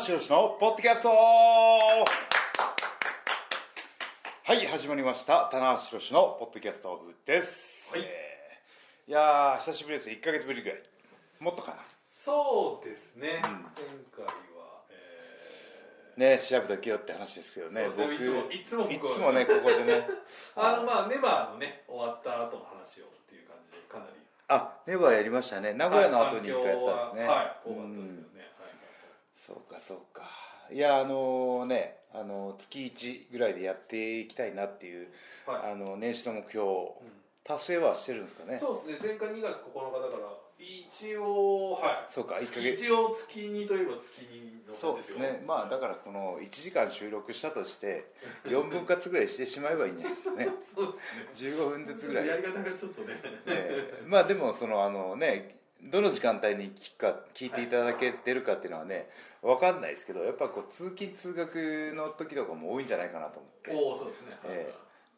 しよしのポッドキャストはい始まりました棚橋宏のポッドキャストです、はいえーいやー久しぶりです1か月ぶりぐらいもっとかそうですね、ん前回は、えなね調べとけよって話ですけどねそうそういつもいいつも僕はいつもねここで ねー、あのまあネバーのね終わった後の話をっていう感じでかなりあネバーやりましたね名古屋の後に一回やったんですねはい多うかったんですけどね、そうかそうかいやあのねあの月1ぐらいでやっていきたいなっていう、はいはい、あの年始の目標うん達成はしてるんですかねそうですね前回2月9日だから一応はいそうか1ヶ月一応月にといえば月にのそうですねまあだらからこの1時間収録したとして4分割ぐらいしてしまえばいいんじゃないです かねそうです15分ずねつぐらい、やえり方がちょっとねえまあでもそのあのねどの時間帯に聞くか聞いていただけてるかっていうのはね分かんないですけどやっぱこう通勤通学の時とかも多いんじゃないかなと思っておおそうですね、はいえ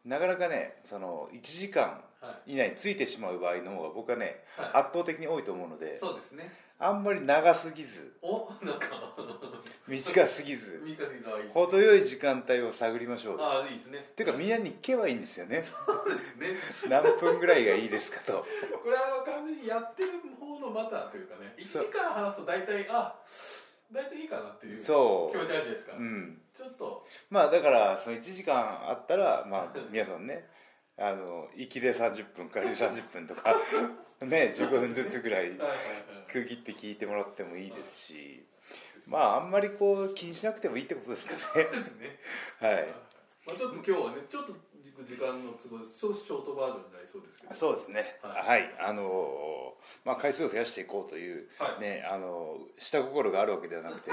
なかなかねその1時間はい以内についてしまう場合の方が僕はね、はい圧倒的に多いと思うのでそうですねあんまり長すぎずおなんか短すぎず三笠さんいいですね程よい時間帯を探りましょうああいいですねっていうかみんなに聞けばいいんですよねそうですね何分ぐらいがいいですかとこれあの完全にやってる方のまたというかね1時間話すと大体あ大体いいかなっていうそ気持ちあるじゃないですか、ううんちょっとまあだからその1時間あったらまあ皆さんねあの行きで30分から30分とか ね15分ずつぐらいはいはいはい区切って聞いてもらってもいいですしまああんまりこう気にしなくてもいいってことですかねそうですね、はいまあ、ちょっと今日はねちょっと時間の都合で少しショートバージョンになりそうですけどそうですねは、はいあのーまあ回数を増やしていこうという、はいねあのー下心があるわけではなくて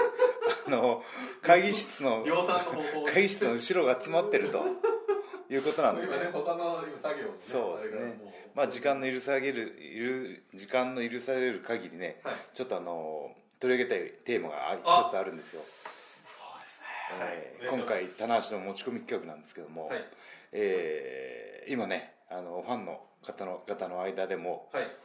あのー会議室の量産の方法会議室の後ろが詰まってるということなんで、今ね他の今作業もねそうですねあれがもうまあ時間の許される許時間の許される限りね、はいちょっとあのー取り上げたいテーマがあ一つあるんですよ、そうですはいね今回棚橋の持ち込み企画なんですけども、はいえー今ねあのファンの方の方の間でもはい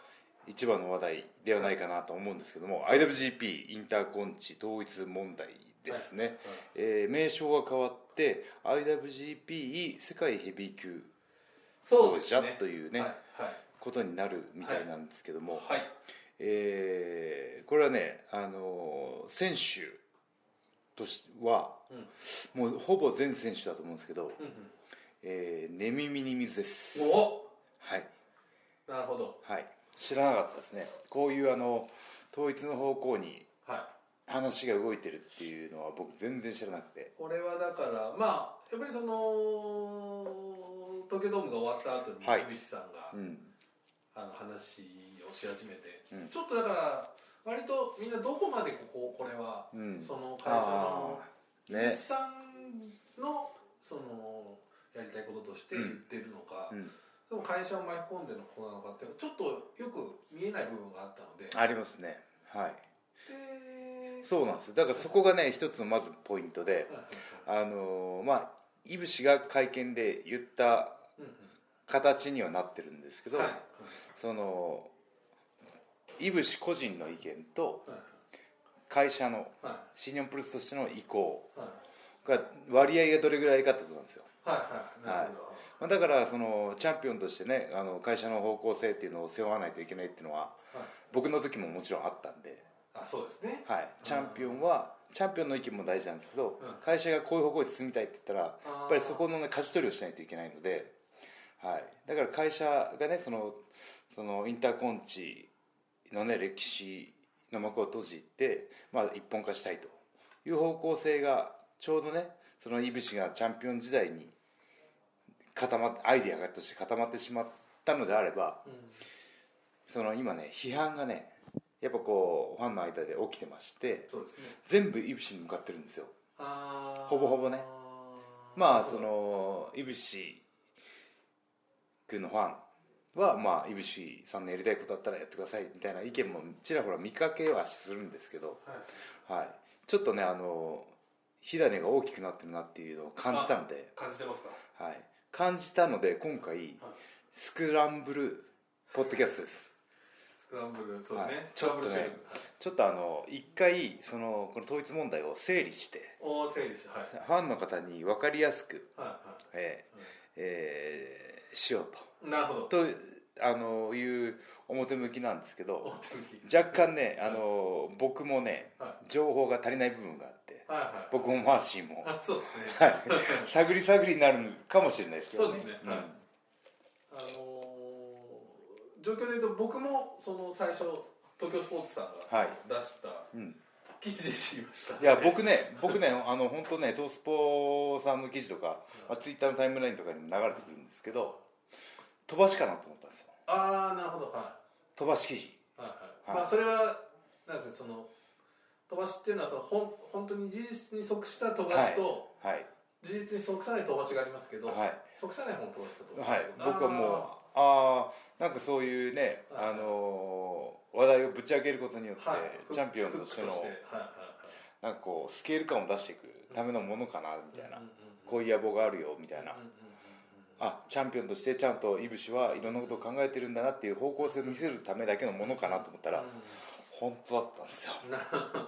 一番の話題ではないかなと思うんですけども、IWGP インターコンチ統一問題ですね、えー名称が変わって IWGP 世界ヘビー級そうですね王者というねはいことになるみたいなんですけども、はい、はいえーこれはね、あのー選手としてはうんもうほぼ全選手だと思うんですけど、うえー寝耳に水ですんうん、おはいなるほどはい知らなかったですねこういうあの統一の方向にはい話が動いてるっていうのは僕全然知らなくてこれはだからまあやっぱりその東京ドームが終わった後にはい井口さんが、うんあの話をし始めて、うんちょっとだから割とみんなどこまでこここれは、うんその会あ社のあ井口ねさんのそのやりたいこととして言ってるのか、うんでも会社を巻き込んでのことなのかってちょっとよく見えない部分があったのでありますねはいでそうなんですよだからそこがね一つのまずポイントではいはいはいあのーまあいぶしが会見で言ったうんうん形にはなってるんですけど、はいそのいぶし個人の意見とはい会社のはいはい新日本プロレスとしての意向はいが割合がどれぐらいかってことなんですよ、はいはいなるほど、まあ、だからそのチャンピオンとしてねあの会社の方向性っていうのを背負わないといけないっていうのははい僕の時ももちろんあったんで、あそうですねはい、チャンピオンはチャンピオンの意見も大事なんですけど、うん会社がこういう方向に進みたいって言ったらやあーっぱりそこの、ね、舵取りをしないといけないので、はい、だから会社がねそのそのインターコンチの、ね、歴史の幕を閉じて、まあ、一本化したいという方向性がちょうどねその井渕がチャンピオン時代に固まっアイディアとして固まってしまったのであればうんその今ね批判がねやっぱこうファンの間で起きてましてそうですね全部イブシに向かってるんですよあーほぼほぼねまあそのイブシ君のファンはまあイブシさんのやりたいことだったらやってくださいみたいな意見もちらほら見かけはするんですけど、はいはい、ちょっとねあの火種が大きくなってるなっていうのを感じたので、感じてますかはい、感じたので今回スクランブルポッドキャストですスククランブルそうではすね、いスクランブルちょっとねちょっとあの一回そのこの統一問題を整理してお整理してはいファンの方に分かりやすく、はいはえーえーしよういなるほどととあのいう表向きなんですけおど手抜き若干ねあの僕もねは情報が足りない部分があっていはいはい僕もマーシーもあそうですねはい探り探りになるかもしれないですけど、そうですねんはい あのー状況で言うと僕もその最初東京スポーツさんはいが出したうん記事で知りました、いや僕ね、僕ね、あの本当ね、トースポさんの記事とか、まあ、ツイッターのタイムラインとかにも流れてくるんですけど、飛ばしかなと思ったんですよ、ああなるほどは飛ばし記事、いはいはい、はいまあそれはなんですかその飛ばしっていうのはそのほん本当に事実に即した飛ばしと、はい、事実に即さない飛ばしがありますけど、はい即さない方の飛ばしだと思うはい、僕はもう、ああー、なんかそういうね、はいあのー話題をぶち上げることによって、はいチャンピオンとしてのフックとしてはいはいなんかこう、スケール感を出していくためのものかなみたいな、はいこういう野望があるよみたいなうん。うんうんあチャンピオンとしてちゃんといぶしはいろんなことを考えてるんだなっていう方向性を見せるためだけのものかなと思ったら、うん本当だったんですようんなはい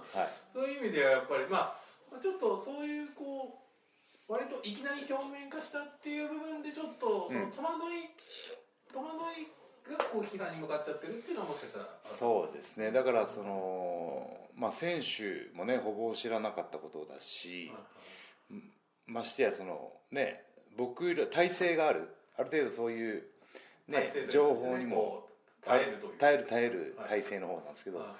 そういう意味ではやっぱりまあちょっとそういうこう割といきなり表面化したっていう部分でちょっとそのうん戸惑い、戸惑いがこう批判に向かっちゃってるっていうのはもしかしたらそうですねだからそのまあ選手もねほぼ知らなかったことだし、ましてやそのね僕ら体制があるある程度そういうね情報にも耐えるという耐える耐えるはい体制の方なんですけど、は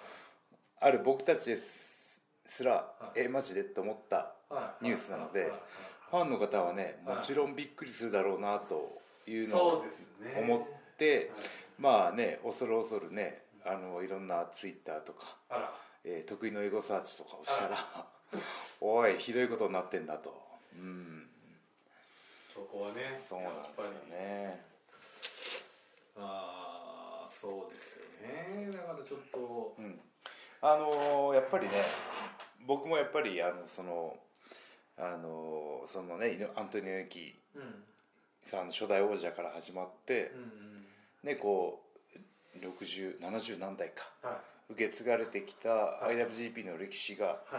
ある僕たちですら、いえマジでって思ったいはいニュースなのではいはいファンの方はねはもいちろんびっくりするだろうなというのそをうですね思って、はいまあね恐る恐るねあのいろんなツイッターとかあらえー得意のエゴサーチとかをしたら おいひどいことになってんだとうんそこはねそうなんですよやっぱりねああそうですよねだからちょっとうんあのーやっぱりね僕もやっぱりあのそのあのーそのねイノアントニオ猪うんうん木さんの初代王者から始まって、うんねこう6070何代かはい受け継がれてきたい IWGP の歴史がは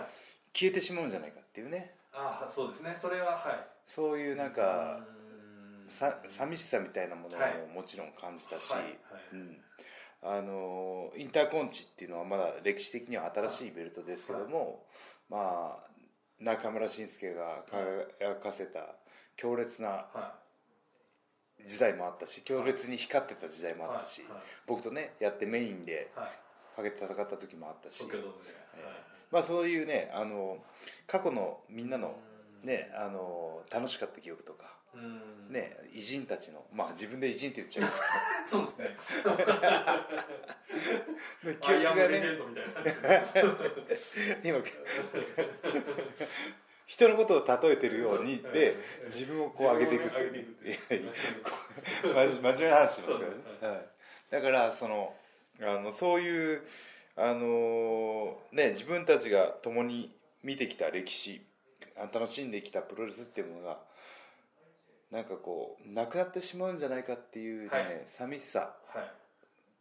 い消えてしまうんじゃないかっていうねああそうですねそれははいそういうなんかうーんさ寂しさみたいなものはいももちろん感じたし、はいはいうんあのインターコンチっていうのはまだ歴史的には新しいベルトですけども、まあ、中村慎介が輝かせた強烈なは時代もあったし強烈に光ってた時代いもあったし、はい僕とねやってメインではいはいかけて戦った時もあったし、東京ドームではいまあ、そういうねあの過去のみんなの,、うーんね、あの楽しかった記憶とか、うーんね、偉人たちの、まあ、自分で偉人って言っちゃいます そうですねけど ア記憶イアがムレジねェンドみたいな今人のことを例えてるように そうでうん自分をこう上げていくって自分を上げていくっていやいや 真面目な話しますからねそうです、はいだからそのあのそういうあのーね自分たちが共に見てきた歴史あ楽しんできたプロレスっていうものがなんかこうなくなってしまうんじゃないかっていうね、はい寂しさは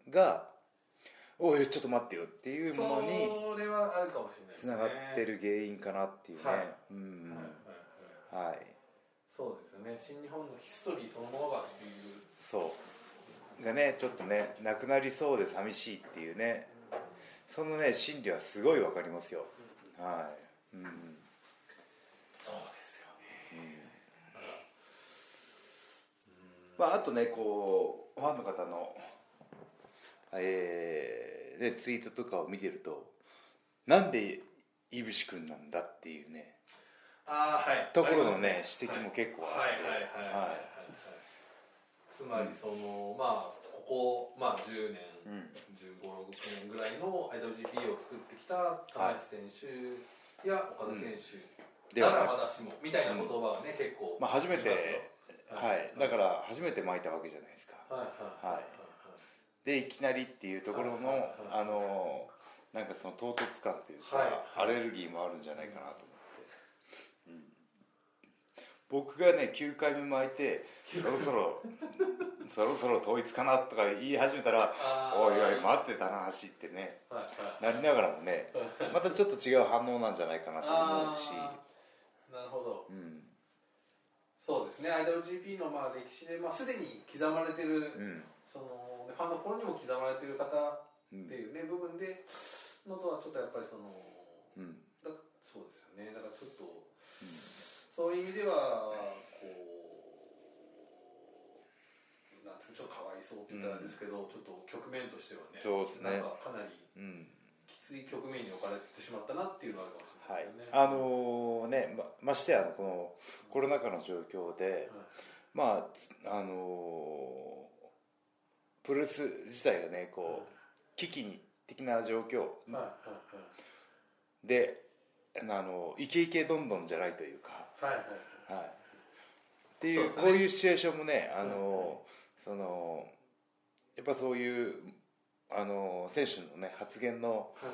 いが「おいちょっと待ってよ」っていうものにそれはあるかもしれないですつねながってる原因かなっていうね、はいうんはいはいははいいそうですよね新日本のヒストリーそのものがっていうそうがねちょっとねなくなりそうで寂しいっていうねそのね心理はすごいわかりますよはい、うん、そうですよねまああとねこうファンの方のえーね、ツイートとかを見てるとなんでいぶし君なんだっていうねああはいところのありねます指摘も結構あはっいはていはいはいはいはいつまりそのまあここまあ10年うん1 5 6年ぐらいの IWGP を作ってきた田橋選手や岡田選手でなはならくまだしもみたいな言葉はね結構まあ、初めて言いますよはいだから初めて巻いたわけじゃないですかはいはいはいでいきなりっていうところはいはいのはいあのなんかその唐突感というか、はいアレルギーもあるんじゃないかなと思って、うん僕がね9回目巻いてそろそ ろそろそろ統一かなとか言い始めたらあーおいおい待ってたな走ってねはいはいなりながらも ねまたちょっと違う反応なんじゃないかなと思うし、あーなるほどうんそうですね IWGP のまあ歴史で、まあ、すでに刻まれてる、うんそのファンの頃にも刻まれてる方っうんていうね、部分でのとはちょっとやっぱりそのうんだそうですよねだからちょっとそういう意味ではこうなんていうかちょっとかわいそうって言ったらあれですけど、ちょっと局面としてはねそうですねなんかかなりうんきつい局面に置かれてしまったなっていうのはあるかもしはいれないですよね、あのねまましてやこのコロナ禍の状況で、まああのプロレス自体がねこう危機的な状況はいはいはいはいであのイケイケどんどんじゃないというか、はいはいはい、っていうそうですねこういうシチュエーションもねあうんうんの、そのやっぱそういうあの選手のね発言のはい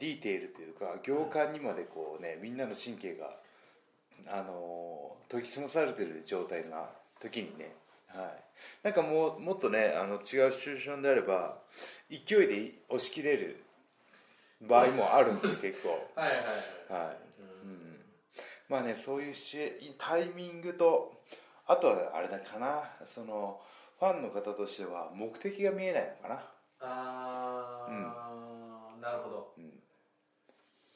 ディテールというか行間にまでこうねみんなの神経があの研ぎ澄まされてる状態な時にね、はい、なんかもうもっとねあの違うシチュエーションであれば勢いで押し切れる場合もあるんです 結構はいはいはいはい、うん、まあねそういうシチュエタイミングとあとはあれだかなそのファンの方としては目的が見えないのかなあーなるほどうん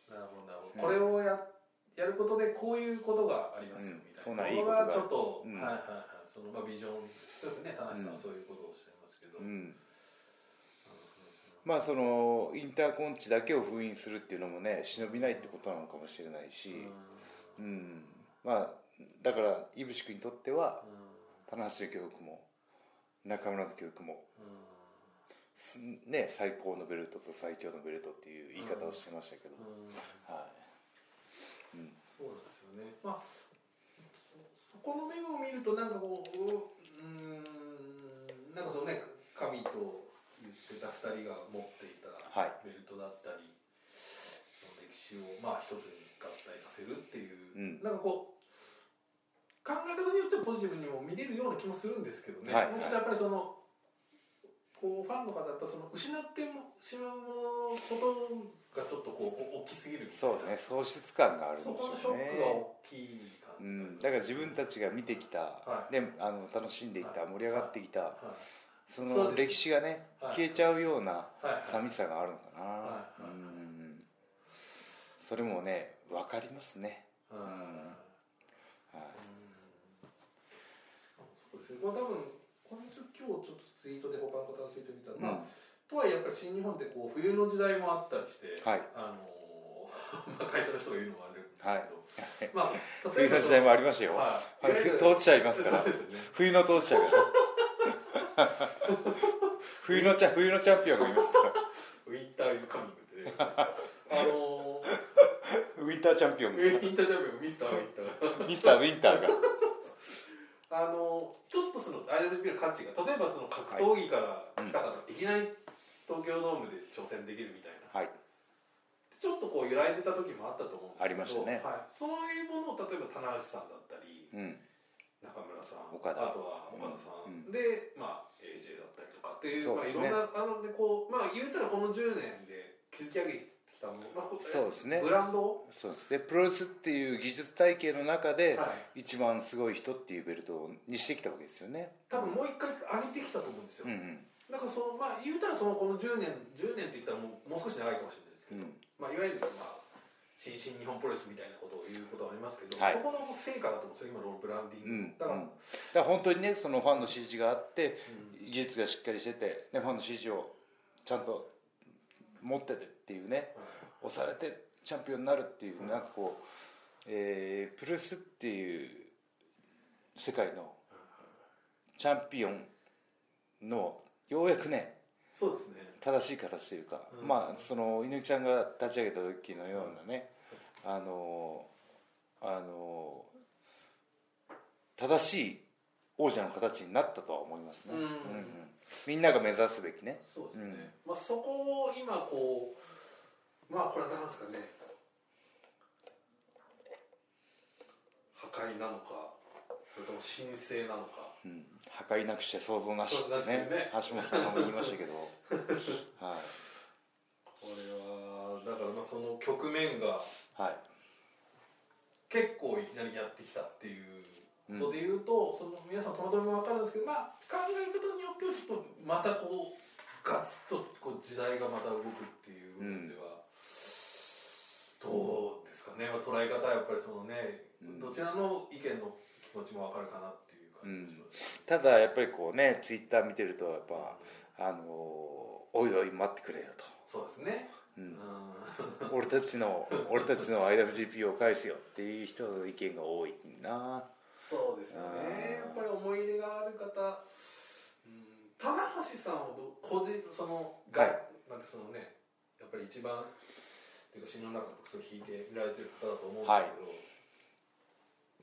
なるほどなるほどこれをややることでこういうことがありますようんみたそいんなないいのことががちょっとうんはいはいはいそのまあビジョンよくね田中さんはそういうことをおっしゃいますけどうんまあそのインターコンチだけを封印するっていうのもね忍びないってことなのかもしれないし、うんまあだから井伏君にとっては棚橋の教育も中村の教育もすね最高のベルトと最強のベルトっていう言い方をしてましたけど、はそうなんですよね。まあそそこの面を見るとなんかこうううーんなんかそのね神と言ってた二人が持っていたはいベルトだったり、その歴史をまあ一つに合体させるっていうんう、なんかこう考え方によってはポジティブにも見れるような気もするんですけどね。はいもうちょっとやっぱりそのこうファンの方やっぱその失ってもしまうもののことがちょっとこうお大きすぎるみい、たいそなうですね喪失感があるんでしそょこのショうッねクが大きい感うじ、ん、だから自分たちが見てきた、はいね、あの楽しんできた、はい盛り上がってきた、はそそうのです歴史がね、はい消えちゃうような、いはい寂しさがあるのかな、はいはいうんそれもね分かりますね、うんうんはいしかもそうですねこれ多分今週今日ちょっとツイートで他の方のツイート見たら、うんまあとはいえやっぱり新日本ってこう冬の時代もあったりして、はいあのーまあ会社の人が言うのもあれですけど、まあ冬の時代もありましたすよ、はいはい、冬当事者いますからそうですね冬の当事者 が冬のチャ冬のチャンピオンがいますかウィンターイズカミングってねあのーらウィンターチャンピオンウがィンタージャンプミスターウィンターミスターウィンターがあのちょっとその IWGP の価値が例えばその格闘技から来た方がいきなり東京ドームで挑戦できるみたいはな、いちょっとこう揺らいでた時もあったと思うんであすけどりましたねはい、そういうものを例えば棚橋さんだったりうん中村さん岡田あとは岡田さん、うんで、まあ、AJ だったりとかっていうそうですねまあ、いろんなあのでこう、まあ、言うたらこの10年で築き上げてきたもの、まあ、こそうですねブランドを、そうですねプロレスっていう技術体系の中で、はい、一番すごい人っていうベルトにしてきたわけですよね多分もう一回上げてきたと思うんですうよ、んうんなんかそのまあ言うたらそのこの10年10年って言ったらもうもう少し長いかもしれないですけうど、んまあ、いわゆるまあ新進日本プロレスみたいなことを言うことはありますけど、はいそこの成果だと思うんですよ今のブランディうんうんング、だだから、から本当にねそのファンの支持があってう技術がしっかりしてて、ね、ファンの支持をちゃんと持っててっていうね押されてチャンピオンになるっていう、うんなんかこう、えープロレスっていう世界のチャンピオンのようやくねそうですね正しい形というか、うんまあその猪木さんが立ち上げた時のようなね、あのあの正しい王者の形になったとは思いますね、うんみんなが目指すべきねそうですね、まあ、そこを今こうまあこれは何ですかね破壊なのかそれとも神聖なのかうん、破壊なくして想像なしってねね橋本さんも言いましたけどはこれはだからまあその局面がいはい結構いきなりやってきたっていうことで言うと、その皆さん戸惑いも分かるんですけど、まあ、考え方によってはちょっとまたこうガツッとこう時代がまた動くっていう部分では、どうですかね、まあ、捉え方はやっぱりそのね、うんどちらの意見の気持ちも分かるかなっていう感じがします、ただやっぱりこうねツイッター見てるとやっうんぱあのーおいおい待ってくれよと、そうですね、ううんん、う俺たちの俺たちの IWGP を返すよっていう人の意見が多いなそうですよね。やうんっぱり思い入れがある方、うん、棚橋さんをど個人そのが、はいなんかそのね、やっぱり一番っていうか心の中の僕それ引いて見られてる方だと思うんで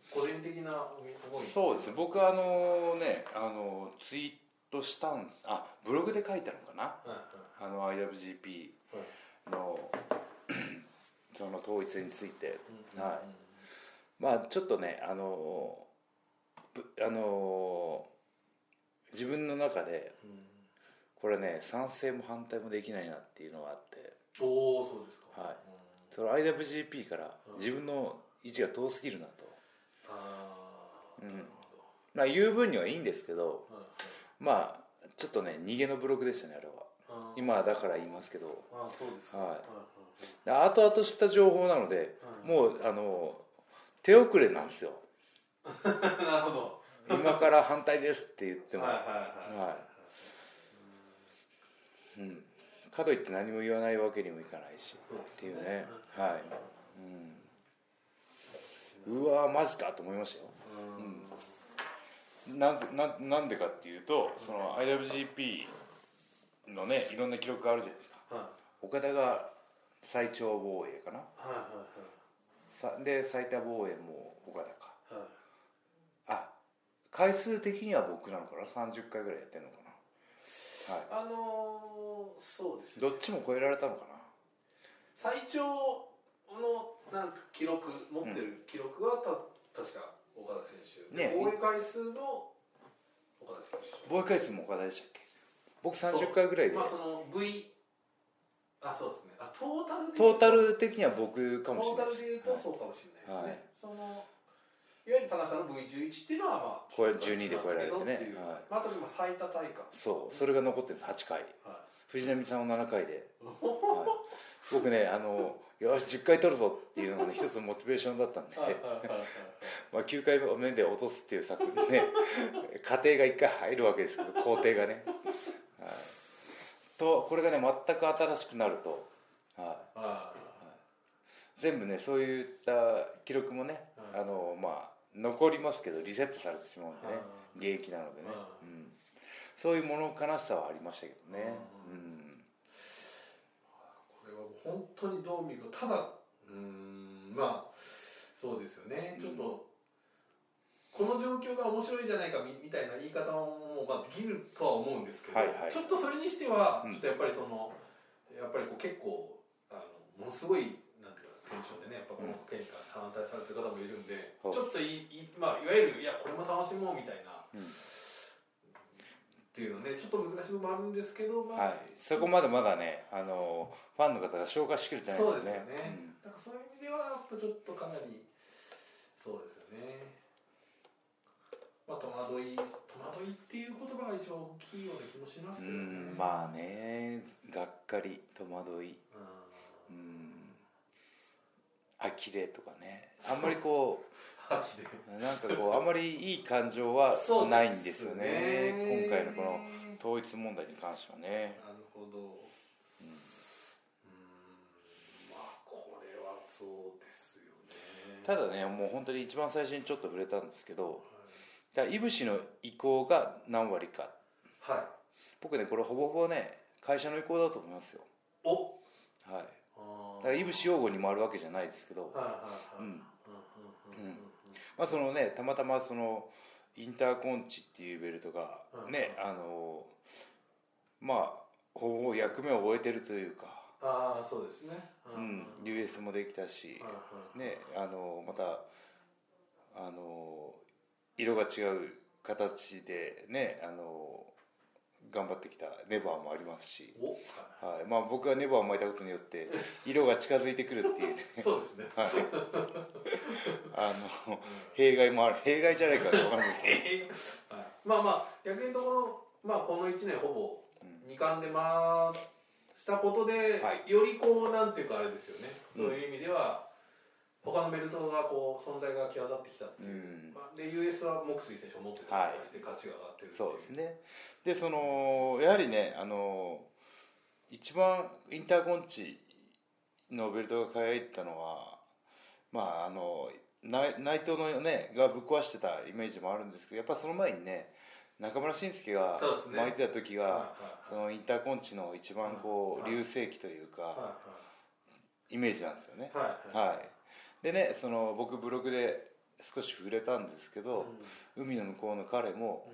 すけど、個人的な思い思いそうです僕あのねあのツイートしたんですあブログで書いたのかなはいはあいの IWGP はいの その統一についてうんはいまあちょっとねあのぶあの自分の中でうんうんこれね賛成も反対もできないなっていうのがあっておおそうですか。はいうそんの IWGP からうん自分の位置が遠すぎるなと、あーうんなるほどまあ、言う分にはいいんですけどはいはいまあちょっとね逃げのブログでしたねあれはあー今はだから言いますけどあーそうですか。はいはいで後々知った情報なのではいもうあの手遅れなんですよはい なるほど。今から反対ですって言っても、はいはいはい。はうん、かといって何も言わないわけにもいかないしそうですねっていうねはい、うん、うわーマジかと思いましたようんなんせななんでかっていうとその IWGP のねいろんな記録があるじゃないですかはい岡田が最長防衛かなはいはいさで最多防衛も岡田かはいはいあ回数的には僕なのかな30回ぐらいやってんのかなはいあのー、そうですねどっちも超えられたのか最長のなんか記録持ってる記録はた、確か岡田選手でね防衛回数の岡田選な防衛回数も岡田でしたっけ僕30回ぐらい手でまあその V あそうですねあトータルでトータル的には僕かもしれないトータルで言うとはいそうかもしれないですね、はいそのいわゆる田中さんの V11 っていうのはまあこれ12で超えられてねっていうはいまあ、あと今最多大会そうそれが残ってるんです8回はい藤波さんを7回 で、ははい、僕ねあのよし10回取るぞっていうのがね一つのモチベーションだったんで、いはいはいはいまあ、9回目で落とすっていう作品 ね過程が1回入るわけですけど工程がね、はい、とこれがね全く新しくなると、はい、あ全部ねそういった記録もね、はいあのまあ残りますけどリセットされてしまうんでね、はい現役なのでね、はういん、そういう物悲しさはありましたけどね、これはもう本当にどう見るかただうーんまあそうですよね、うんちょっとこの状況が面白いじゃないかみみたいな言い方も、まあ、できるとは思うんですけど、はいはいちょっとそれにしてうは、んちょっとやっぱりそのやっぱりこう結構あのものすごいなんていうかテンションでねやっぱこの件に関して反対されてる方もいるんで、そうちょっといい、まあ、いわゆるいやこれも楽しもうみたいなっうんうんていうのねちょっと難しい部分もあるんですけど、はまあい、そこまでまだねあのファンの方が消化しきれてないそうですよねね、なんかそういう意味ではやっぱちょっとかなりそうですよねまあ戸惑い戸惑いっていう言葉が一番大きいような気もしますうけんどねうんまあねがっかり戸惑いううんん呆れとかねあんまりこう秋でなんかこうあんまりいい感情はそうないんですよねですね今回のこの統一問題に関してはね、なるほどうんうんまあこれはそうですよねただだねもう本当に一番最初にちょっと触れたんですけどだからいぶしの意向が何割かはい僕ねこれほぼほぼね会社の意向だと思いますよおはいあだーからいぶし擁護に回るわけじゃないですけど、はいはいはいうんうんうんうんうんまあそのねたまたまそのインターコンチっていうベルトがうんね、あのまあほぼほぼ役目を終えてるというか、ああそうですねううん US もできたし、はいはいねあのまたあの色が違う形でねあの頑張ってきたネバーもありますし、おははいまあ、僕がネバーを巻いたことによって色が近づいてくるっていうねいそうですね、 はいあのうん弊害もある弊害じゃないかって分かんないけはい、まあまあ逆にところまあこの1年ほぼう二冠で回したことで、はよりこうなんていうかあれですよねうそんういう意味では、他のベルトがこう存在が際立ってきたってど、ういう、ん、まあ、で US はモクスリー選手を持ってたりとかして価値が上がってるっていそうですねでそのやはりねあの一番インターコンチのベルトが輝いてたのはまああの内内藤のねがぶっ壊してたイメージもあるんですけどやっぱその前にね中村慎介がそうですね巻いてた時はいがはいそのインターコンチの一番こはうい流星期というかはイメージなんですよねいはいはいはいはいでねその僕ブログで少し触れたんですけうんど海の向こうの彼も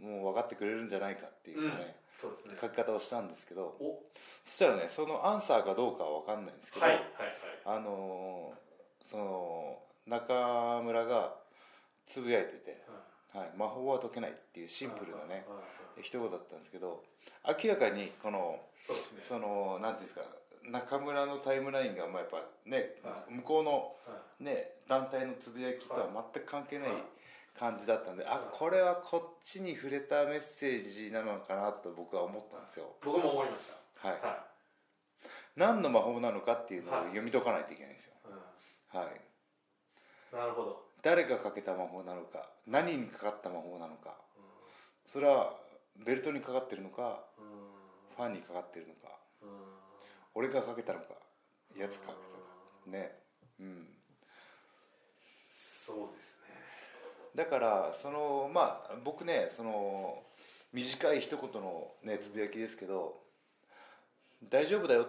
うんもう分かってくれるんじゃないかっていうね、そうですね書き方をしたんですけどおそしたらねそのアンサーかどうかは分かんないんですけど、はいはいあのーその中村がつぶやいてて、ははい「魔法は解けない」っていうシンプルないはいねはいはい一言だったんですけど明らかにこのそうですねそのなんていうんですか中村のタイムラインがまあやっぱね、はい向こうの、はいね、団体のつぶやきとは全く関係ないはい感じだったんで、あはいこれはこっちに触れたメッセージなのかなと僕は思ったんですよ、僕も思いましたはいはい何の魔法なのかっていうのをはい読み解かないといけないんですよ、うはい、んなるほど、誰がかけた魔法なのか何にかかった魔法なのかうそれはベルトにかかってるのかんファンにかかってるのかうん俺がかけたのかやつかけうたのかねうんそうですねだからそのまあ僕ねその短い一言のねつぶやきですけど大丈夫だよっ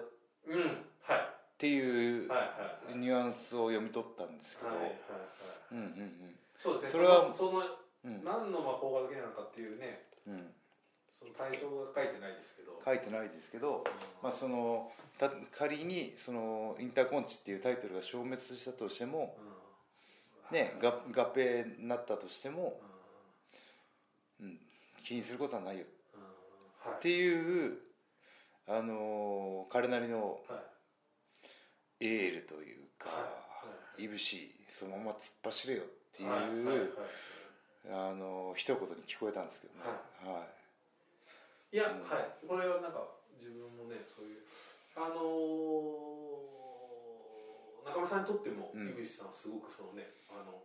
うんはていういはいはいはいニュアンスを読み取ったんですけど、はいはいはいうんうんそうですそれねそれははそのうんうん何の魔法がだけなのかっていうねうんその対象が書いてないですけど書いてないですけど、まあ、そのた仮にそのインターコンチっていうタイトルが消滅したとしても、うんね、が合併になったとしてうもうん、ん、気にすることはないようんっはていう、あのー彼なりのいはいエールというか、はいいぶしいそのまま突っ走れよっていう、はいはいはいはいあのー一言に聞こえたんですけどね、はいいや、うんはいこれはなんか自分もねそういうあのー中村さんにとっても、うん井口さんはすごくそのねあの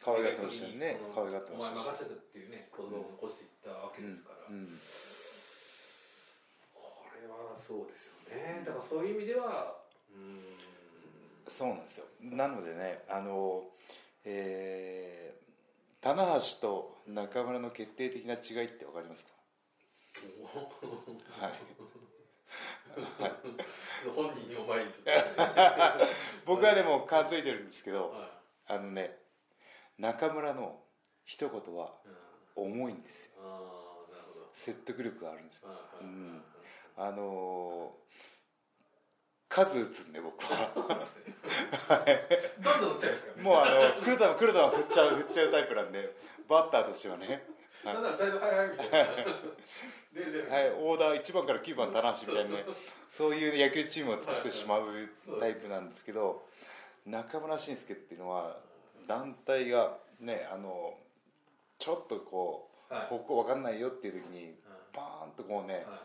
可愛がってましたよねそ可の愛がってましたお前任しせたっていうね言葉を残していったわけですから、うんうんこれはそうですよねだからそういう意味ではうーんそうなんですよなのでねあのえー、棚橋と中村の決定的な違いってわかりますか はいちょっと本人にお前にちょっと、 ね、僕はでも感づいてるんですけどはあのね中村の一言はいうん重いんですよああなる説得力があるんですよほどはいはいはいはいあのー、数打つんで僕は どんどん打っちゃいますからねもうあの黒田も黒田は振っちゃう振っちゃうタイプなんでバッターとしてはねはいなんならだいぶ早いみたいな出る出る、はい、オーダー1番から9番棚橋みたいなねそういう野球チームを作ってしまうはいタイプなんですけど中村俊輔っていうのは団体がねあのちょっとこうはい方向わかんないよっていう時にうんはバーンとこういねはいはい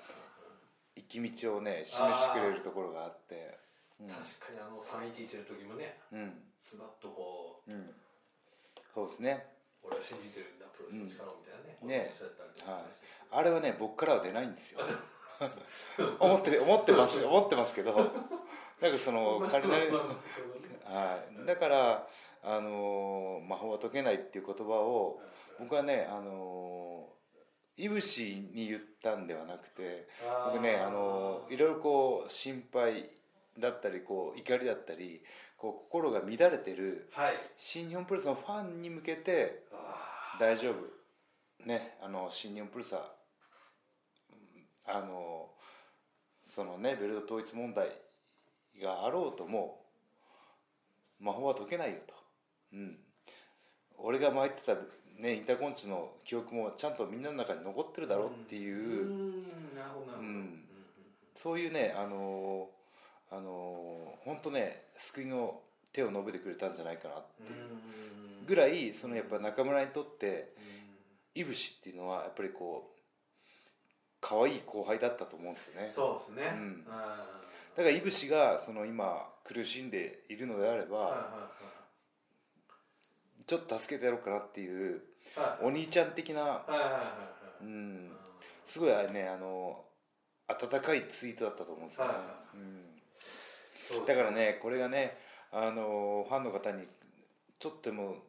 行き道をね示してくれるところがあって確かにあの311の時もねうんうんスバッとこううんそうですね俺は信じてるんだプロレスの力をみたいなね、うんねおっしゃったりとかしてあれはね僕からは出ないん ですよ思って思ってます思ってますけどなんかその彼なりの まあまあまあそうだねはい、だから、あのー魔法は解けないっていう言葉を僕はね、あのーいぶしに言ったんではなくて僕ね、あのーいろいろこう心配だったりこう怒りだったりこう心が乱れてるはい新日本プロレスのファンに向けてあ大丈夫ねあの新日本プロレスはうんあのそのねベルト統一問題があろうとも魔法は解けないよと、うん、俺が巻いてた、ね、インターコンチの記憶もちゃんとみんなの中に残ってるだろうっていうう、んなるほどなるほどうんうんそういうねあのーあのー、本当ね救いの手を述べてくれたんじゃないかなっていううんぐらいそのやっぱ中村にとってういぶしっていうのはやっぱりこう可愛い後輩だったと思うんですよねんそうですねうんあーだからいぶしがその今苦しんでいるのであれば、はいちょっと助けてやろうかなっていうはいはいはいお兄ちゃん的な、はいはういはいはいうんん、すごいあれねあの温かいツイートだったと思うんですよね、はいはう、そうんでだすからねこれがねあのファンの方にちょっとでも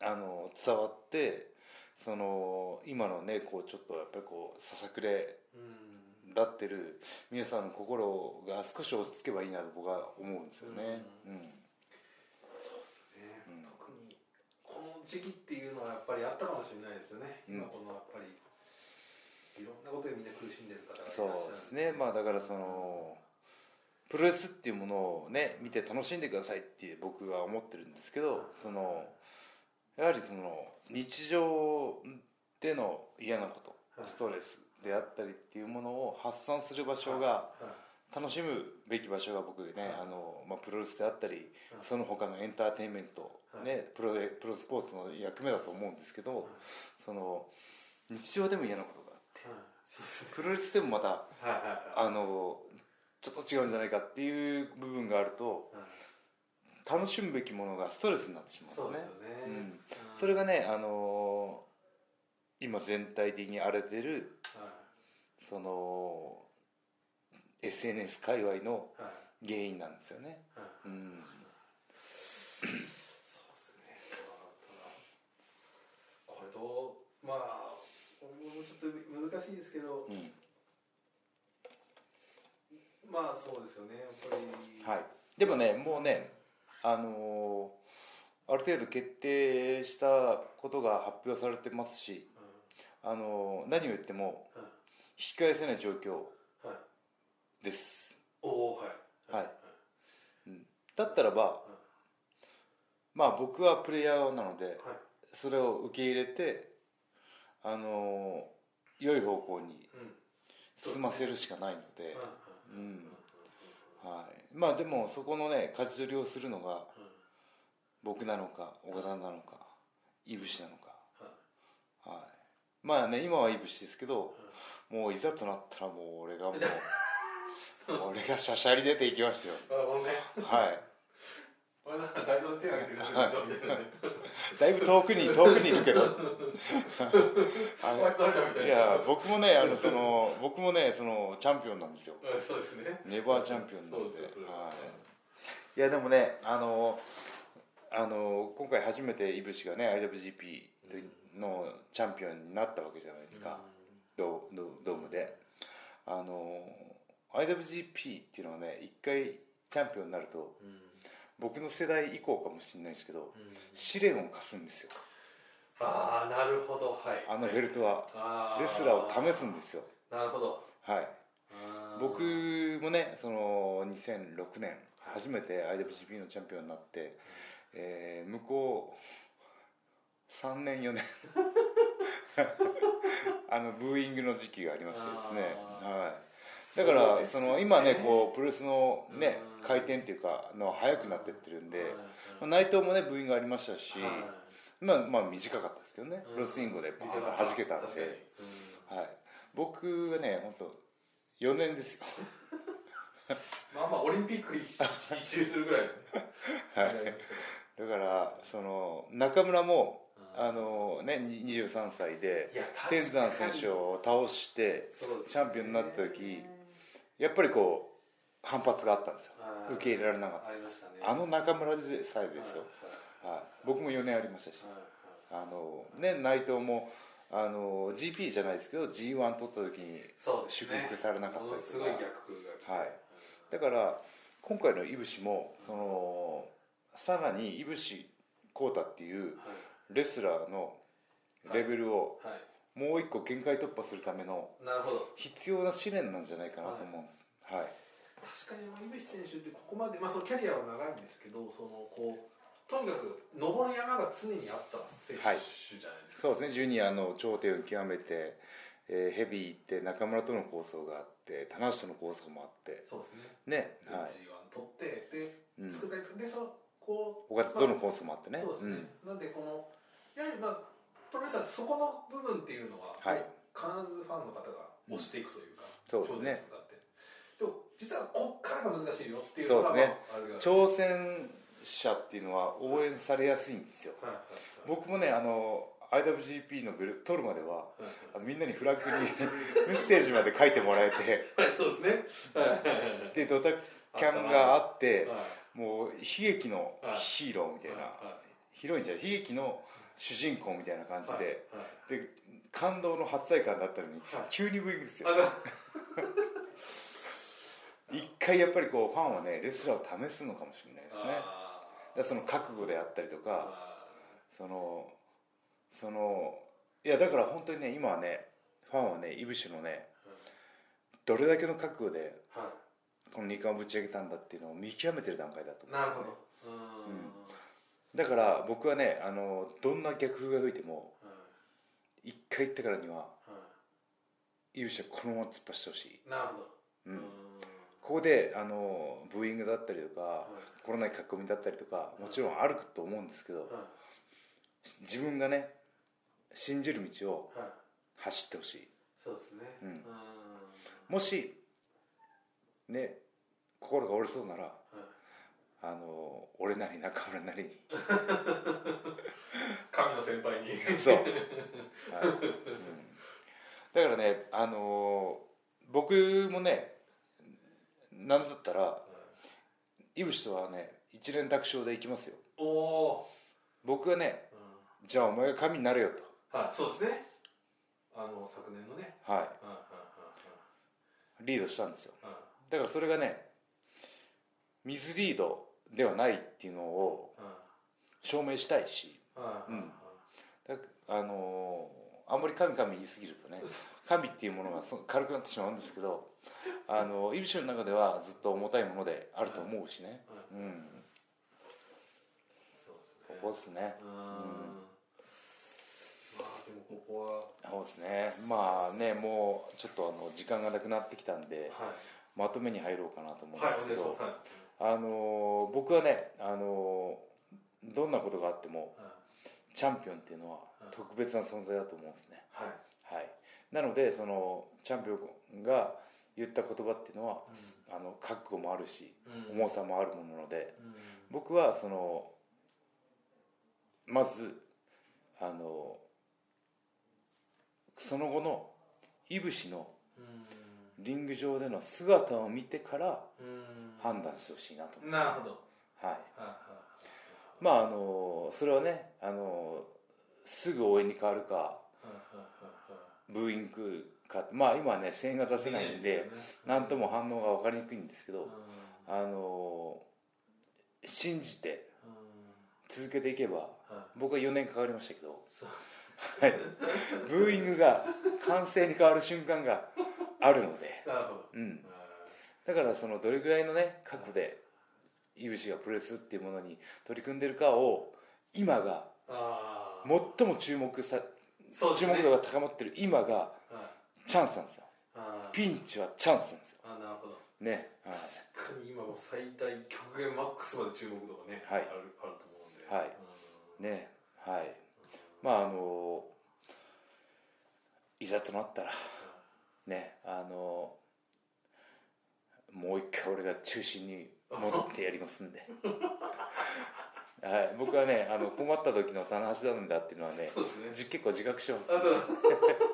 あの伝わってその今のねこうちょっとやっぱりこうささくれうんだってる皆さんの心が少し落ち着けばいいなと僕は思うんですよね、ううんんねうん特にこの時期っていうのはやっぱりあったかもしれないですよねうん今このやっぱりいろんなことでみんな苦しんでる方がいらっしゃるそうですねまあだからそのプロレスっていうものをね見て楽しんでくださいって僕は思ってるんですけどそのやはりその日常での嫌なことストレスであったりっていうものを発散する場所がはい楽しむべき場所が僕ねあの、まあ、プロレスであったりその他のエンターテインメント、ね、プロプロスポーツの役目だと思うんですけはいどその日常でも嫌なことがあってはいそうですねプロレスでもまたはいはいはいあのちょっと違うんじゃないかっていう部分があるとうん楽しむべきものがストレスになってしまそううんでですすよねねううんんそれがね、あの今全体的に荒れてるはいその SNS 界隈のはい原因なんですよね、はいうん、そうですね。まあただこれどうまあ今後もちょっと難しいですけど、うんまあそうですよね。やっぱりはい、でもねもうね、あのある程度決定したことが発表されてますし、うあの何を言ってもんはい引き返せない状況はいですおおはいはいだったらば、まあ僕はプレイヤー側なのではいそれを受け入れてあの良い方向にうん進ませるしかないのではいはいうんはい、まあでもそこのね舵取りをするのがうん僕なのか岡田なのかいぶしなのか、はいはい、まあね今はいぶしですけどもういざとなったらもう俺がも う俺がしゃしゃり出ていきますよあごめんはいこれなんか大の手挙げてくださいみたいなねだいぶ遠くに遠くにいるけど あのお前誰かみたいないや僕もねあのその僕もねそのチャンピオンなんですようんそうですねネバーチャンピオンなそうんですでよそれははい、いやでもねあのあの今回初めていぶしがね IWGP のチャンピオンになったわけじゃないですか、ドドドームであの IWGP っていうのはね一回チャンピオンになるとうんうん僕の世代以降かもしれないですけどうん試練を課すんですよああなるほどはいあのベルトはあレスラーを試すんですすよなるほどはいあー僕もねその2006年はい初めて IWGP のチャンピオンになって、えー向こう3年4年 あのブーイングの時期がありましてですね、あーはい、だからうそ、ですねの今ねこうプロレスのねうん回転っていうかの速くなってってるんで、うまあん内藤もねブーイングありましたし、はいまあ、まあ短かったですけどねうんプロレスイングでバーンと弾けたん確かにで。はい、僕はね本当4年ですようんまあまあオリンピック一一周するぐらいのね はいやりましたねだからその中村もうんあのねに23歳でいや天確か山選に手を倒してそうですねチャンピオンになった時やっぱりこう反発があったんですよはい受け入れられなかっありましたねたあの中村でさえはいですよ、はいはい、僕も4年ありましたしはいあのね内藤もあの GP じゃないですけど G1 取った時にそうですね祝福されなかったりとかものすごい逆風がはいだから今回のいぶしもそのさらにいぶし浩太っていうはレスラーのレベルをいはもう一個限界突破するためのいなるほど必要な試練なんじゃないかなと思うんです、はい確かにあの井口選手ってここまで、まあ、そのキャリアは長いんですけどそのこうとにかく登る山が常にあった選手じゃないですか、そうですねジュニアの頂点を極めて、えーヘビーって中村との構想があって棚橋との構想もあってそうですねねは G1 取ってでい、うん、作られてでそのこう小勝との構想もあってねそうですね、なんでこのやはりまあプロレスラーってそこの部分っていうのは、はい必ずファンの方が押していくというか、そうですね頂点に向かってでも実はこっからが難しいよっていうのが、そうですねまあ、あるうよんね挑戦者っていうのは応援されやすいんですよはいはいはい僕もねあの IWGP のベルト取るまでははいあのみんなにフラッグに メッセージまで書いてもらえてはいそうですねはいはいはいはいでドタキャンがあってはいもう悲劇のヒーローみたいな、はヒロインじゃない悲劇の主人公みたいな感じいはいで、はいで感動の初体感だったのにはい急にブーイングですよあだ一回やっぱりこうファンはねレスラーを試すのかもしれないですねだかあらその覚悟であったりとーかあそのそのいやだから本当にね今はねファンはねイブシのねどれだけの覚悟でーはこの二冠をぶち上げたんだっていうのを見極めてる段階だとい思うなるほどうーんだから僕はねあのどんな逆風が吹いてもはい一回行ったからにははイブシはこのまま突っ走ってほしい、いなるほどううーんんここであのブーイングだったりとかはい心ない書き込みだったりとかもちろんあると思うんですけどはい自分がね信じる道をはい走ってほしいそうですねうんーもしね心が折れそうならはいあの俺なり中村な りに神の先輩にそう、はいうんだからねあの僕もねなんだったらイブシとはね一連卓勝でいきますよお お僕はねー、じゃあお前が神になれようん、はいそうですねあの昨年のねとはうんうんうんいリードしたんですようんうんだからそれがねミスリードではないっていうのを証明したいしうんうんだあのーあんまり神々言いすぎるとね神っていうものがそ軽くなってしまうんですけどあのイブシの中ではずっと重たいものであると思うしねうんうんそうですこねこですねうーんまあでもここはそうですねまあねもうちょっとあの時間がなくなってきたんではまとめに入ろうかなと思うんいではいすおけ願いしど、ますはいあのー僕はね、あのーどんなことがあってもうんチャンピオンっていうのはうん特別な存在だと思うんですね、はいはい、なのでそのチャンピオンが言った言葉っていうのは、あの覚悟もあるしうん重さもあるものなのでうん僕はそのまずあのその後のいぶしのうリング上での姿を見てからん判断してほしいなと思なるほどう、はい、はいはいまああのそれはねあのすぐ応援に変わるかはいはいはブーイングかまあ今はね声援が出せいないんで何とも反応が分かりにくいんですけど、あの信じて続けていけば僕は4年かかりましたけど、はい、ブーイングが歓声に変わる瞬間があるので、なるほどうん、だからそのどれぐらいのね覚悟で井口がプロレスっていうものに取り組んでるかを今がああ最も注目さそうです注ね目度が高まってる今がはいチャンスなんですよあーピンチはチャンスなんですよあーなるほどね、はい確かに今も最大極限マックスまで注目度がね、はいあるあると思うんではいうんねはいまああのいざとなったらねあのもう一回俺が中心に戻ってやりますんではい僕はねあの困った時の棚橋頼みだっていうのはねそうですねじ結構自覚してますあそう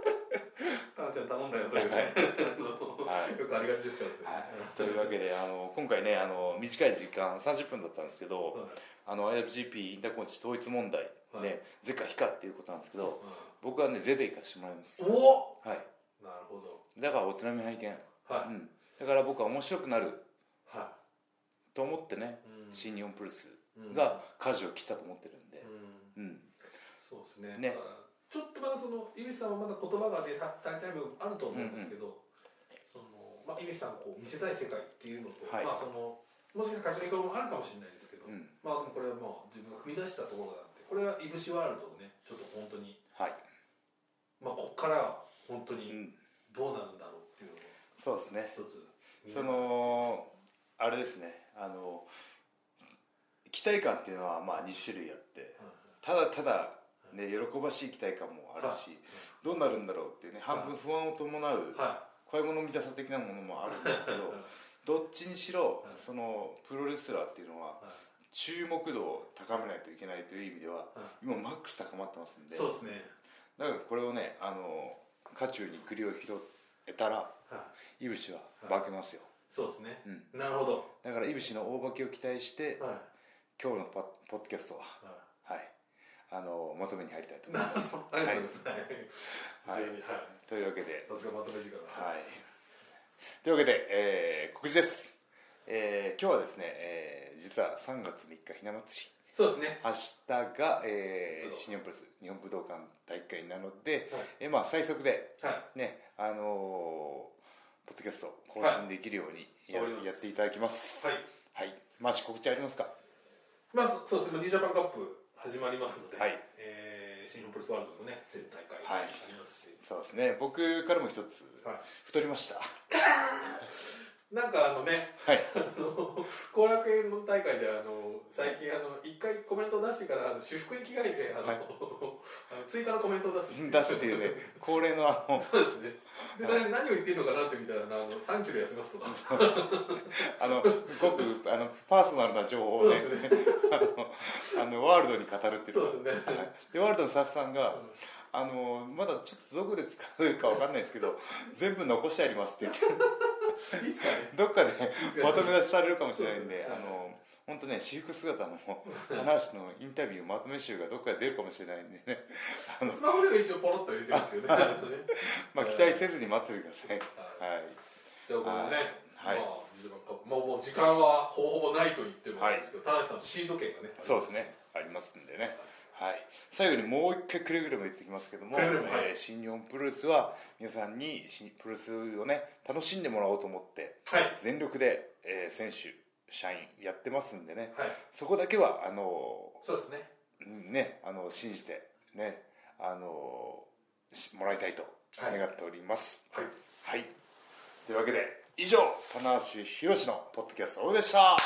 タナちゃん頼んだよというね、はいよくありがちですからそれはいというわけであの今回ねあの短い時間30分だったんですけど、はいあの IFGP インターコンチ統一問題、はいね、是か非かっていうことなんですけど、僕はね、是で行かしてもらいます。うんおはい。なるほどだから、お手並み拝見。はうい、ん。だから僕は面白くなるはと思ってね、いうん新日本プロレスうんが舵を切ったと思ってるんでう、んうん。そうですねねだからちょっとまだその井口さんはまだ言葉がねた足りない部分あると思うんですけど、そのまあ、井口さんをこう見せたい世界っていうのと、はいまあ、そのもしかしたら会社の意向もあるかもしれないですけどど、うんまあでもこれはもう自分が踏み出したところなんでこれはいぶしワールドをねちょっと本当にはい、まあこっからは本当うにん、どうなるんだろうっていうのそうですねを一つみんなそのあれですねあの期待感っていうのはまあ2種類あってうんうんただただ、ね、喜ばしい期待感もあるし、どうなるんだろうっていうね半分不安を伴うは怖いもの見たさ的なものもあるんですけい、どどっちにしろはいそのプロレスラーっていうのはは注目度を高めないといけないという意味ではいは今マックス高まってますんい、でそうですね、だからこれをねあの渦中に栗を拾えたらはい、いぶしは化けますよ、そうですね、うん、なるほど、だからいぶしの大化けを期待して はい今日のポッポッドキャストはははいあのまとめに入りたいとい、思いなま るほどありがとうございます、はい非常にはいすというわけでさすがまとめ時間がはい。というわけで、えー告知です。えー今日はですね、えー実は3月3日ひな祭り、そうですね明日が、えー武道新日本プロレス日本武道館大会なので、はいえーまあ、最速で、はいね、あのーポッドキャストを更新できるようにや,、はいわかりますやっていただきます。はいはい。まあ、告知ありますかまあそそうですねもうニュージャパンカップ始まりますので、はいえー新日本プロレスワールドのね全大会はいありますし、そうですね、僕からも一つ、はい太りました。 なんかあのねはい。 あの後楽園の大会であの最近あの一回コメントを出してからあの私服に着替え てあの、はいあの追加のコメントを出す出すっていう ね、恒例のあの、そうですねでそれ何を言ってるのかなって見たらあの3キロ休ますとかあ のごくあのパーソナルな情報をねそうであのあのワールドに語るっていうそうですねはいでワールドのスタッフさんが、うんあのまだちょっとどこで使うかわかんないですけど全部残してありますって言っていつかねどっかですねまとめ出しされるかもしれないんでそうそうあの本当ね私服姿の話しのインタビューまとめ集がどっかで出るかもしれないんでね、あのスマホでも一応ポロッと入れてますけどねあのねまあ、期待せずに待っててください。はいじゃあこのね、はいまあ、水のカップまあもう時間はほぼほぼないと言ってもはいいいんですけど、田中さんシード権がねそうですね、ありますんでね。はい、最後にもう一回くれぐれも言っておきますけども、くれぐれもえー新日本プロレスは皆さんに新プロレスをね楽しんでもらおうと思ってはいはい全力で、えー選手社員やってますんでねはいそこだけはあのそうですねーうんねあの信じてねあのーしもらいたいとはい願っております。はいはい、というわけで以上棚橋宏のポッドキャストオフでした。